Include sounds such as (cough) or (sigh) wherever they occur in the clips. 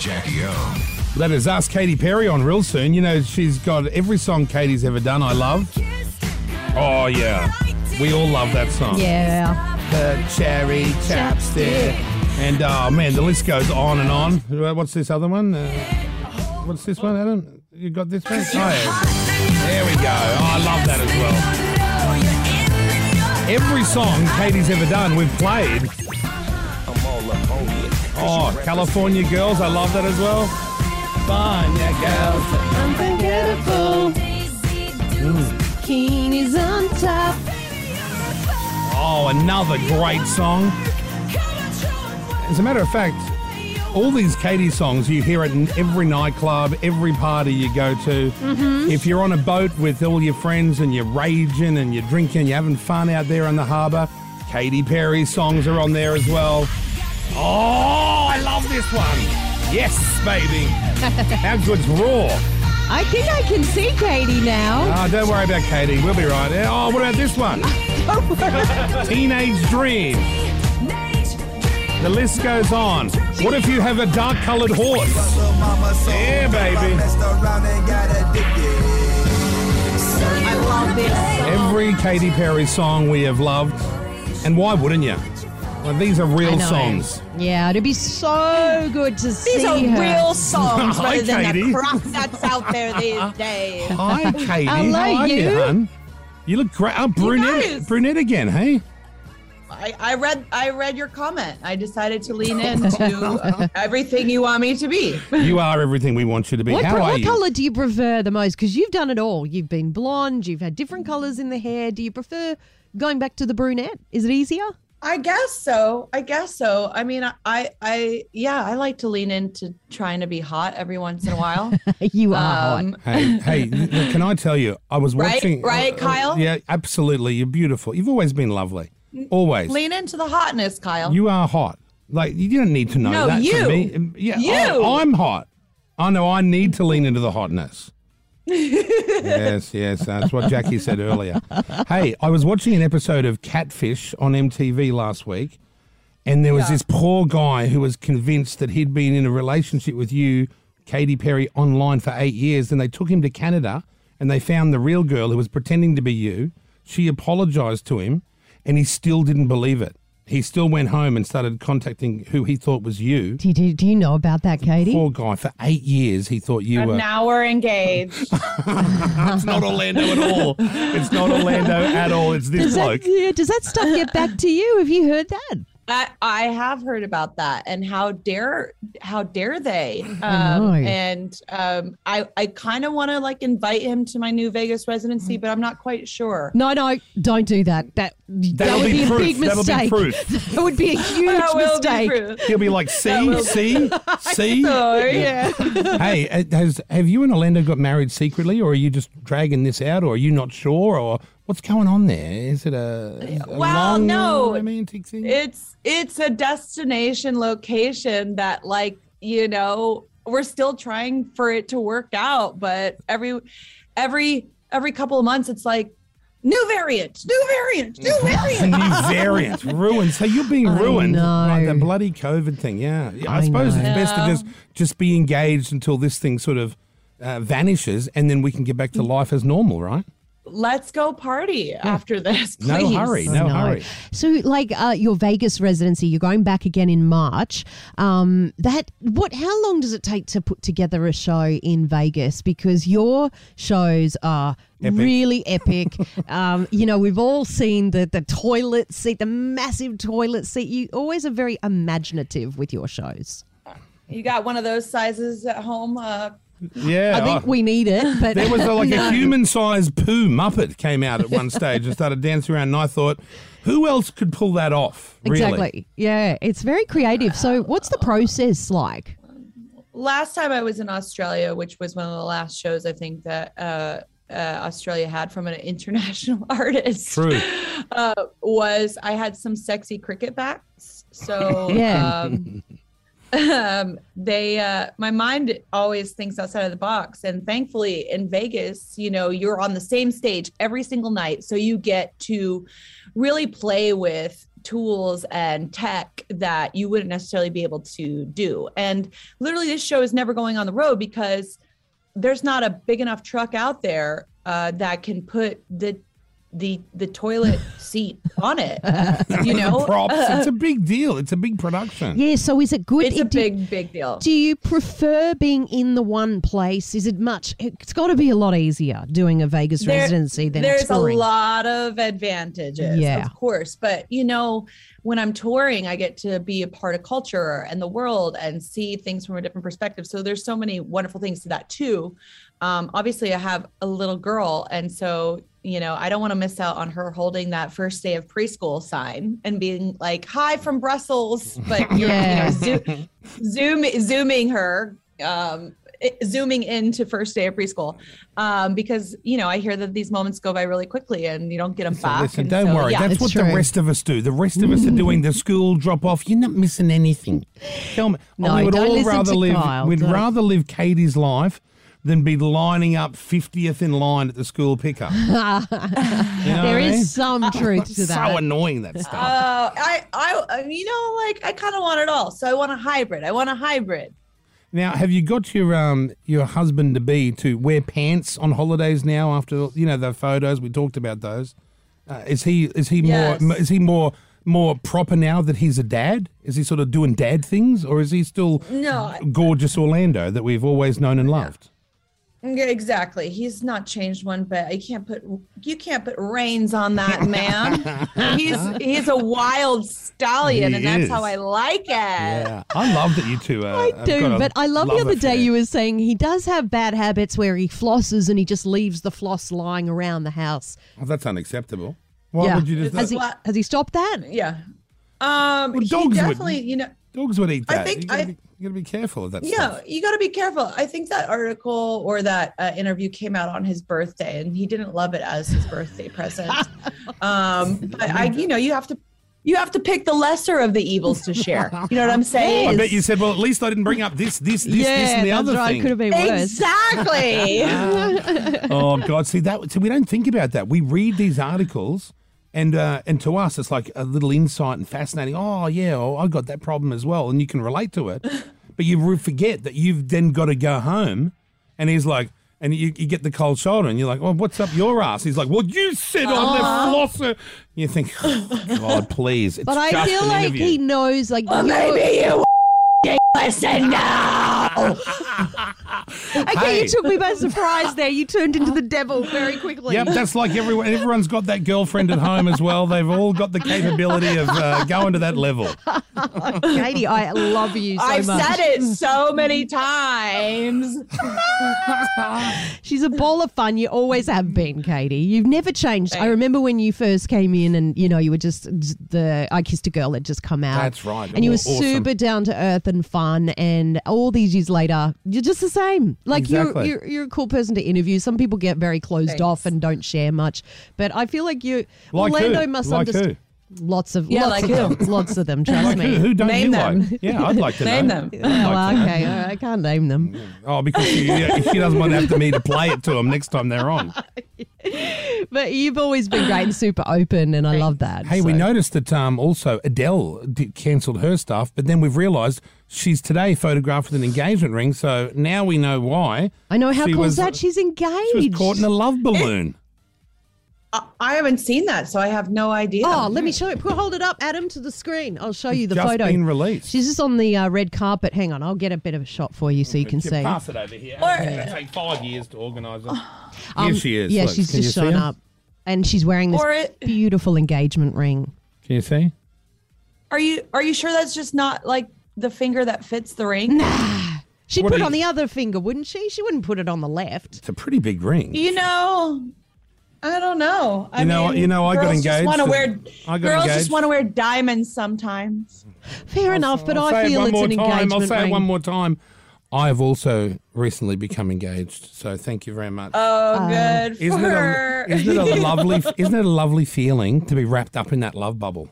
Jackie O. That is us, Katy Perry, on real soon. You know, she's got every song Katie's ever done, I love. Oh, yeah. We all love that song. Yeah. The cherry chapstick. And, oh, man, the list goes on and on. Uh, What's this other one? Uh, what's this one, Adam? You got this one? Oh, yeah. There we go. Oh, I love that as well. Every song Katie's ever done, we've played. Oh, California Girls, I love that as well. California Girls. Unforgettable. King is on top. Oh, another great song. As a matter of fact, all these Katie songs you hear it in every nightclub, every party you go to. If you're on a boat with all your friends and you're raging and you're drinking, you're having fun out there on the harbour, Katy Perry songs are on there as well. Oh, I love this one. Yes, baby. How good's Raw? I think I can see Katie now. Ah, don't worry about Katie. We'll be right there. Oh, what about this one? Teenage Dream. The list goes on. What if you have a dark coloured horse? Yeah, baby. I love this song. Every Katy Perry song we have loved. And why wouldn't you? Well, these are I real know. songs. Yeah, it'd be so good to see These are her. (laughs) real songs Hi, rather than Katie. the crap that's out there these days. Hi, Katie. Hello, How are you, you. hun? You look great. Oh, brunette, guys. brunette again, hey? I, I read I read your comment. I decided to lean into everything you want me to be. You are everything we want you to be. What, How pro- are what you? color do you prefer the most? Because you've done it all. You've been blonde. You've had different colors in the hair. Do you prefer going back to the brunette? Is it easier? I guess so. I guess so. I mean, I I yeah, I like to lean into trying to be hot every once in (laughs) a while. you are hot. Um, Hey, hey, can I tell you? I was Right, watching. uh, right, Kyle? Yeah, absolutely. You're beautiful. You've always been lovely. Always. lean into the hotness, Kyle. You are hot. Like you don't need to know No, that you. from me. Um, Yeah, You. I, am hot. I know I need to lean into the (laughs) hotness. yes, yes, that's what Jackie said earlier. Hey, I was watching an episode of Catfish on MTV last week, and there was this poor guy who was convinced that he'd been in a relationship with you, Katy Perry, online for eight years. Then they took him to Canada and they found the real girl who was pretending to be you. She apologized to him, and he still didn't believe it. He still went home and started contacting who he thought was you. Do, do, do you know about that, Katie? Poor guy, for eight years he thought you were. and now we're engaged. It's not Orlando at all. It's not Orlando at all. It's this Does bloke. that, yeah, does that stuff get back to you? Have you heard that? I, I have heard about that and how dare how dare they I know. um, and um, I I kind of want to like invite him to my new Vegas residency but I'm not quite sure. No, no, don't do that. That that That'll would be be, a proof. big That'll be mistake. proof. That would be a huge (laughs) That will be mistake. true. He'll be like, see, see, see. So, yeah. Hey, uh, has have you and Orlando got married secretly, or are you just dragging this out, or are you not sure, or what's going on there? Is it a, a Well, long no. romantic thing? It's it's a destination location that like, you know, we're still trying for it to work out, but every every every couple of months it's like new variant, new variant, (laughs) new It's a variant. new variant, ruined. So you're being ruined. know. Right, the bloody COVID thing. Yeah, Yeah, I, I suppose know. it's best to just just be engaged until this thing sort of uh, vanishes, and then we can get back to life as normal, right? Let's go party after this, Hmm. (laughs) No please. hurry, no, I know. hurry. So, like uh, your Vegas residency, you're going back again in March. Um, that what? How long does it take to put together a show in Vegas? Because your shows are Epic. (laughs) really epic. um, you know, we've all seen the the toilet seat, the massive toilet seat. You always are very imaginative with your shows. You got one of those sizes at home? Uh, Yeah, I think we need (laughs) it, but There was (laughs) a, like a human-sized poo muppet came out at one stage and started dancing around, and I thought, who else could pull that off? Really? Exactly. Yeah, it's very creative. So, what's the process like? last time I was in Australia, which was one of the last shows I think that uh, uh, Australia had from an (laughs) international artist, True. Uh, was I had some sexy cricket bats. (laughs) So Yeah. um, (laughs) um, they, uh, my mind always thinks outside of the box, and thankfully in Vegas, you know, you're on the same stage every single night, so you get to really play with tools and tech that you wouldn't necessarily be able to do. And literally, this show is never going on the road because there's not a big enough truck out there uh, that can put the the (laughs) the toilet seat on it. You know, props. Uh, it's a big deal. It's a big production. Yeah, so is it good? it's a It- do- big big deal. Do you prefer being in the one place? Is it much? It's got to be a lot easier doing a Vegas There- residency than there's touring. a lot of advantages Yeah. of course but you know when i'm touring i get to be a part of culture and the world and see things from a different perspective so there's so many wonderful things to that too um, obviously i have a little girl and so you know i don't want to miss out on her holding that first day of preschool sign and being like hi from brussels but you're, Yeah. you know (laughs) zo- zoom zooming her um, it- zooming into first day of preschool um, because you know I hear that these moments go by really quickly and you don't get them So back. listen, and don't so, worry. Yeah. That's It's what the true. Mm. rest of us do. The rest of us are doing the school drop off. You're not missing anything. Tell me, No, we would don't all listen rather to live. Kyle, we'd don't. rather live Katie's life than be lining up fiftieth in line at the school (laughs) pickup. You know what There I mean? is (laughs) some truth to It's that. so annoying that stuff. Uh, I, I, I- you know, like I kind of want it all. So I want a hybrid. I want a hybrid. now, have you got your um your husband to be to wear pants on holidays now? After you know the photos we talked about those. Uh, is he is he Yes. more is he more more proper now that he's a dad? Is he sort of doing dad things, or is he still No, I- gorgeous Orlando that we've always known and loved? Mm, yeah, exactly. He's not changed one bit. You can't put you can't put reins (laughs) on that man. he's he's a wild stallion, He and that's is. how I like it. Yeah, (laughs) I love that you two. uh, Are, I do, but I love the other day you were saying he does have bad habits where he flosses and he just leaves the floss lying around the house. Oh, that's unacceptable. Why yeah. would you just? has, he, What? has he stopped that? Yeah. Um, Well, he dogs would. definitely, you know. dogs would eat I that. think you gotta, I- be, you gotta be careful of that. Yeah, stuff. you got to be careful. I think that article or that uh, interview came out on his birthday, and he didn't love it as his birthday (laughs) present. um, but I, you know, you have to, you have to pick the lesser of the evils to share. You (laughs) know what I'm saying? I bet you said, well, at least I didn't bring up this, this, this, this, yeah, and the that's other right. thing. Could have been worse. exactly. oh God! See that? See, we don't think about that. We read these articles, and uh, and to us, it's like a little insight and fascinating. Oh yeah, oh, I got that problem as well, and you can relate to (laughs) it. But you re- forget that you've then got to go home, and he's like, and you, you get the cold shoulder, and you're like, well, what's up your ass? He's like, well, you said on the flosser. You think, oh, God, please. It's Uh-huh. But I just feel an like interview. (laughs) he knows, like, Well, you're- Oh, maybe you (laughs) (laughs) listen Oh, now. okay, Hey. you took me by surprise there. You turned into the devil very quickly. Yep, that's like everyone. Everyone's got that girlfriend at home as well. They've all got the capability of uh, going to that level. Katie, I love you so I've much. said it so many times. She's a ball of fun. You always have been, Katie. You've never changed. I Thanks. remember when you first came in, and you know you were just the I kissed a girl that just come out. That's right. And you were Awesome. super down to earth and fun. And all these years later, you're just the same. Like Exactly. you're, you're you're a cool person to interview. Some people get very closed Thanks. off and don't share much. But I feel like you, Like Orlando who? must Like understand. Lots of Yeah, lots of like who? them, lots of them. Trust Like me. who, who don't Name you them. like? Yeah, I'd like to Name know. them. I'd Oh, like to know. okay. all right, I can't name them. Oh, because she, yeah, she doesn't want to have to me to play it to them next time they're (laughs) on. But you've always been great and super open, and I love that. Hey, we so. noticed that um, also Adele did, cancelled her stuff, but then we've realised she's today photographed with an engagement ring, so now we know why. I know how She cool was- uh, is that? She's engaged. She was caught in a love balloon. I, I haven't seen that, so I have no idea. Oh, let me show you. Put- Hold it up, Adam, to the screen. I'll show you the Just photo. been released. She's just on the uh, red carpet. Hang on, I'll get a bit of a shot for you so you can Yeah, see. Oh. Pass it over here. Or- It's gonna take five years to organise it. Um, here she is. Yeah, Look, she's can just you see shown her? up, and she's wearing this Or it- beautiful engagement ring. Can you see? Are you are you sure that's just not like the finger that fits the ring? She'd What do put it you- on the other finger, wouldn't she? She wouldn't put it on the left. It's a pretty big ring. You know, I don't know. I You know- mean, you know, I got girls engaged Just want to and- wear I got girls engaged. just want to wear diamonds sometimes. Fair enough, but I'll I say it feel one it's more an time. engagement I'll say ring. it one more time. I have also recently become engaged, so thank you very much. Oh, good isn't, for it a, her. (laughs) isn't it a lovely? Isn't it a lovely feeling to be wrapped up in that love bubble?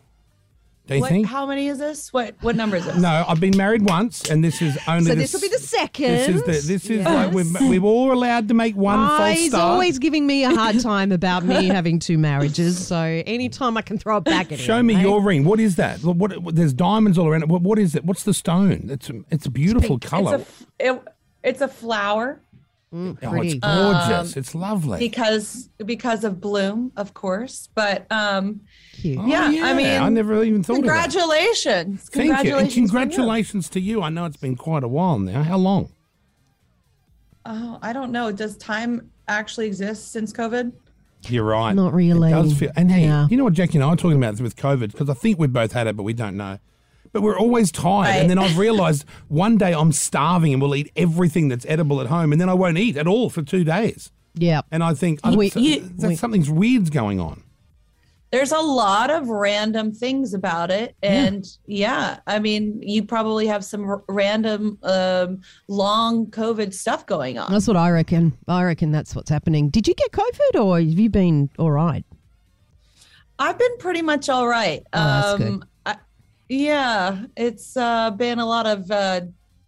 Do you what, think? How many is this? What what number is this? no, I've been married once, and this is only. the So this will be the s- second. This is the. This is like Yes. we're, we're all allowed to make one Ah, false he's start. always giving me a (laughs) hard time about me having two marriages. So anytime I can throw it back at him. Show me mate. your ring. What is that? Look, What, what- there's diamonds all around it. What, what is it? What's the stone? It's a, it's a beautiful It's a color. f- it, it's a flower Mm, oh, it's pretty. Um, gorgeous. it's lovely. because because of bloom, of course. But um, Cute. Oh, yeah, I mean, I never even thought of that. congratulations, Thank you, and congratulations, for you. congratulations to you. I know it's been quite a while now. How long? Oh, I don't know. Does time actually exist since COVID? You're right. Not really. It does feel, and hey, Yeah. you know what Jackie and I are talking about with COVID because I think we both had it, but we don't know. But we're always tired, Right. and then I've realised one day I'm starving and will eat everything that's edible at home, and then I won't eat at all for two days. Yeah. And I think I- Wait, so- you- that wait. something's weird's going on. There's a lot of random things about it, and yeah, I mean, you probably have some r- random um, long COVID stuff going on. That's what I reckon. I reckon that's what's happening. Did you get COVID or have you been all right? I've been pretty much all right. Um, Oh, that's good. I, yeah, it's uh, been a lot of uh,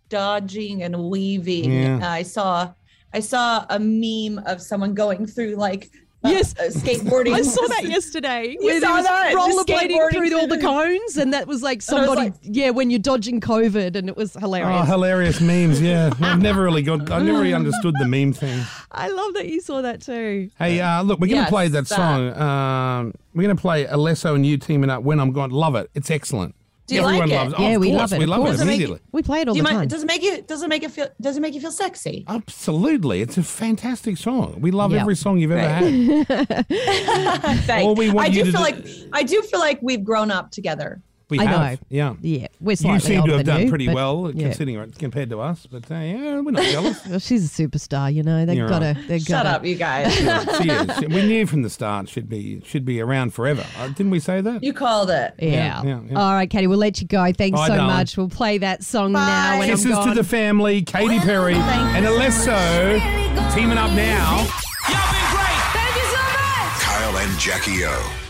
dodging and weaving. Yeah. I saw, I saw a meme of someone going through like uh, Yes. uh, (laughs) skateboarding. (laughs) yesterday. where there saw was that? Just rollerblading skateboarding through through all the the- cones, and that was like And I was somebody- like- yeah, when you're dodging COVID, and it was Oh, hilarious memes! Yeah, I've never really got. I never really understood the meme thing. I love that you saw that too. Hey, uh, look, we're going to Yes, play that that. song. Um, we're going to play Alesso and you teaming up when I'm gone. Love it. It's excellent. Do you Everyone like it? loves Oh, Yeah, of we course, love it, We of love course. it Does it make- immediately. We play it all Do you the mind, time. does it make you? Does it make you feel? Does it make you feel sexy? Absolutely. It's a fantastic song. We love Yeah. every song you've ever had. (laughs) Thanks. All we want I you do to feel do- like I do feel like we've grown up together. We I have. know. Yeah. yeah, we're You slightly seem to older have than done you, pretty but- well yeah. considering it compared to us, but uh, yeah, we're not (laughs) jealous. Well, she's a superstar, you know. They've You're got right. to. They've Shut got up, you guys. (laughs) Yeah, she is. She- We knew from the start she'd be she'd be around forever. Uh, didn't we say that? you called it. Yeah. yeah, yeah. All right, Katie, we'll let you go. Thanks Bye, so darling. much. We'll play that song Bye. now. When I'm Kisses gone. to the family, Katy Perry and Alesso teaming up now. Kyle and Jackie O.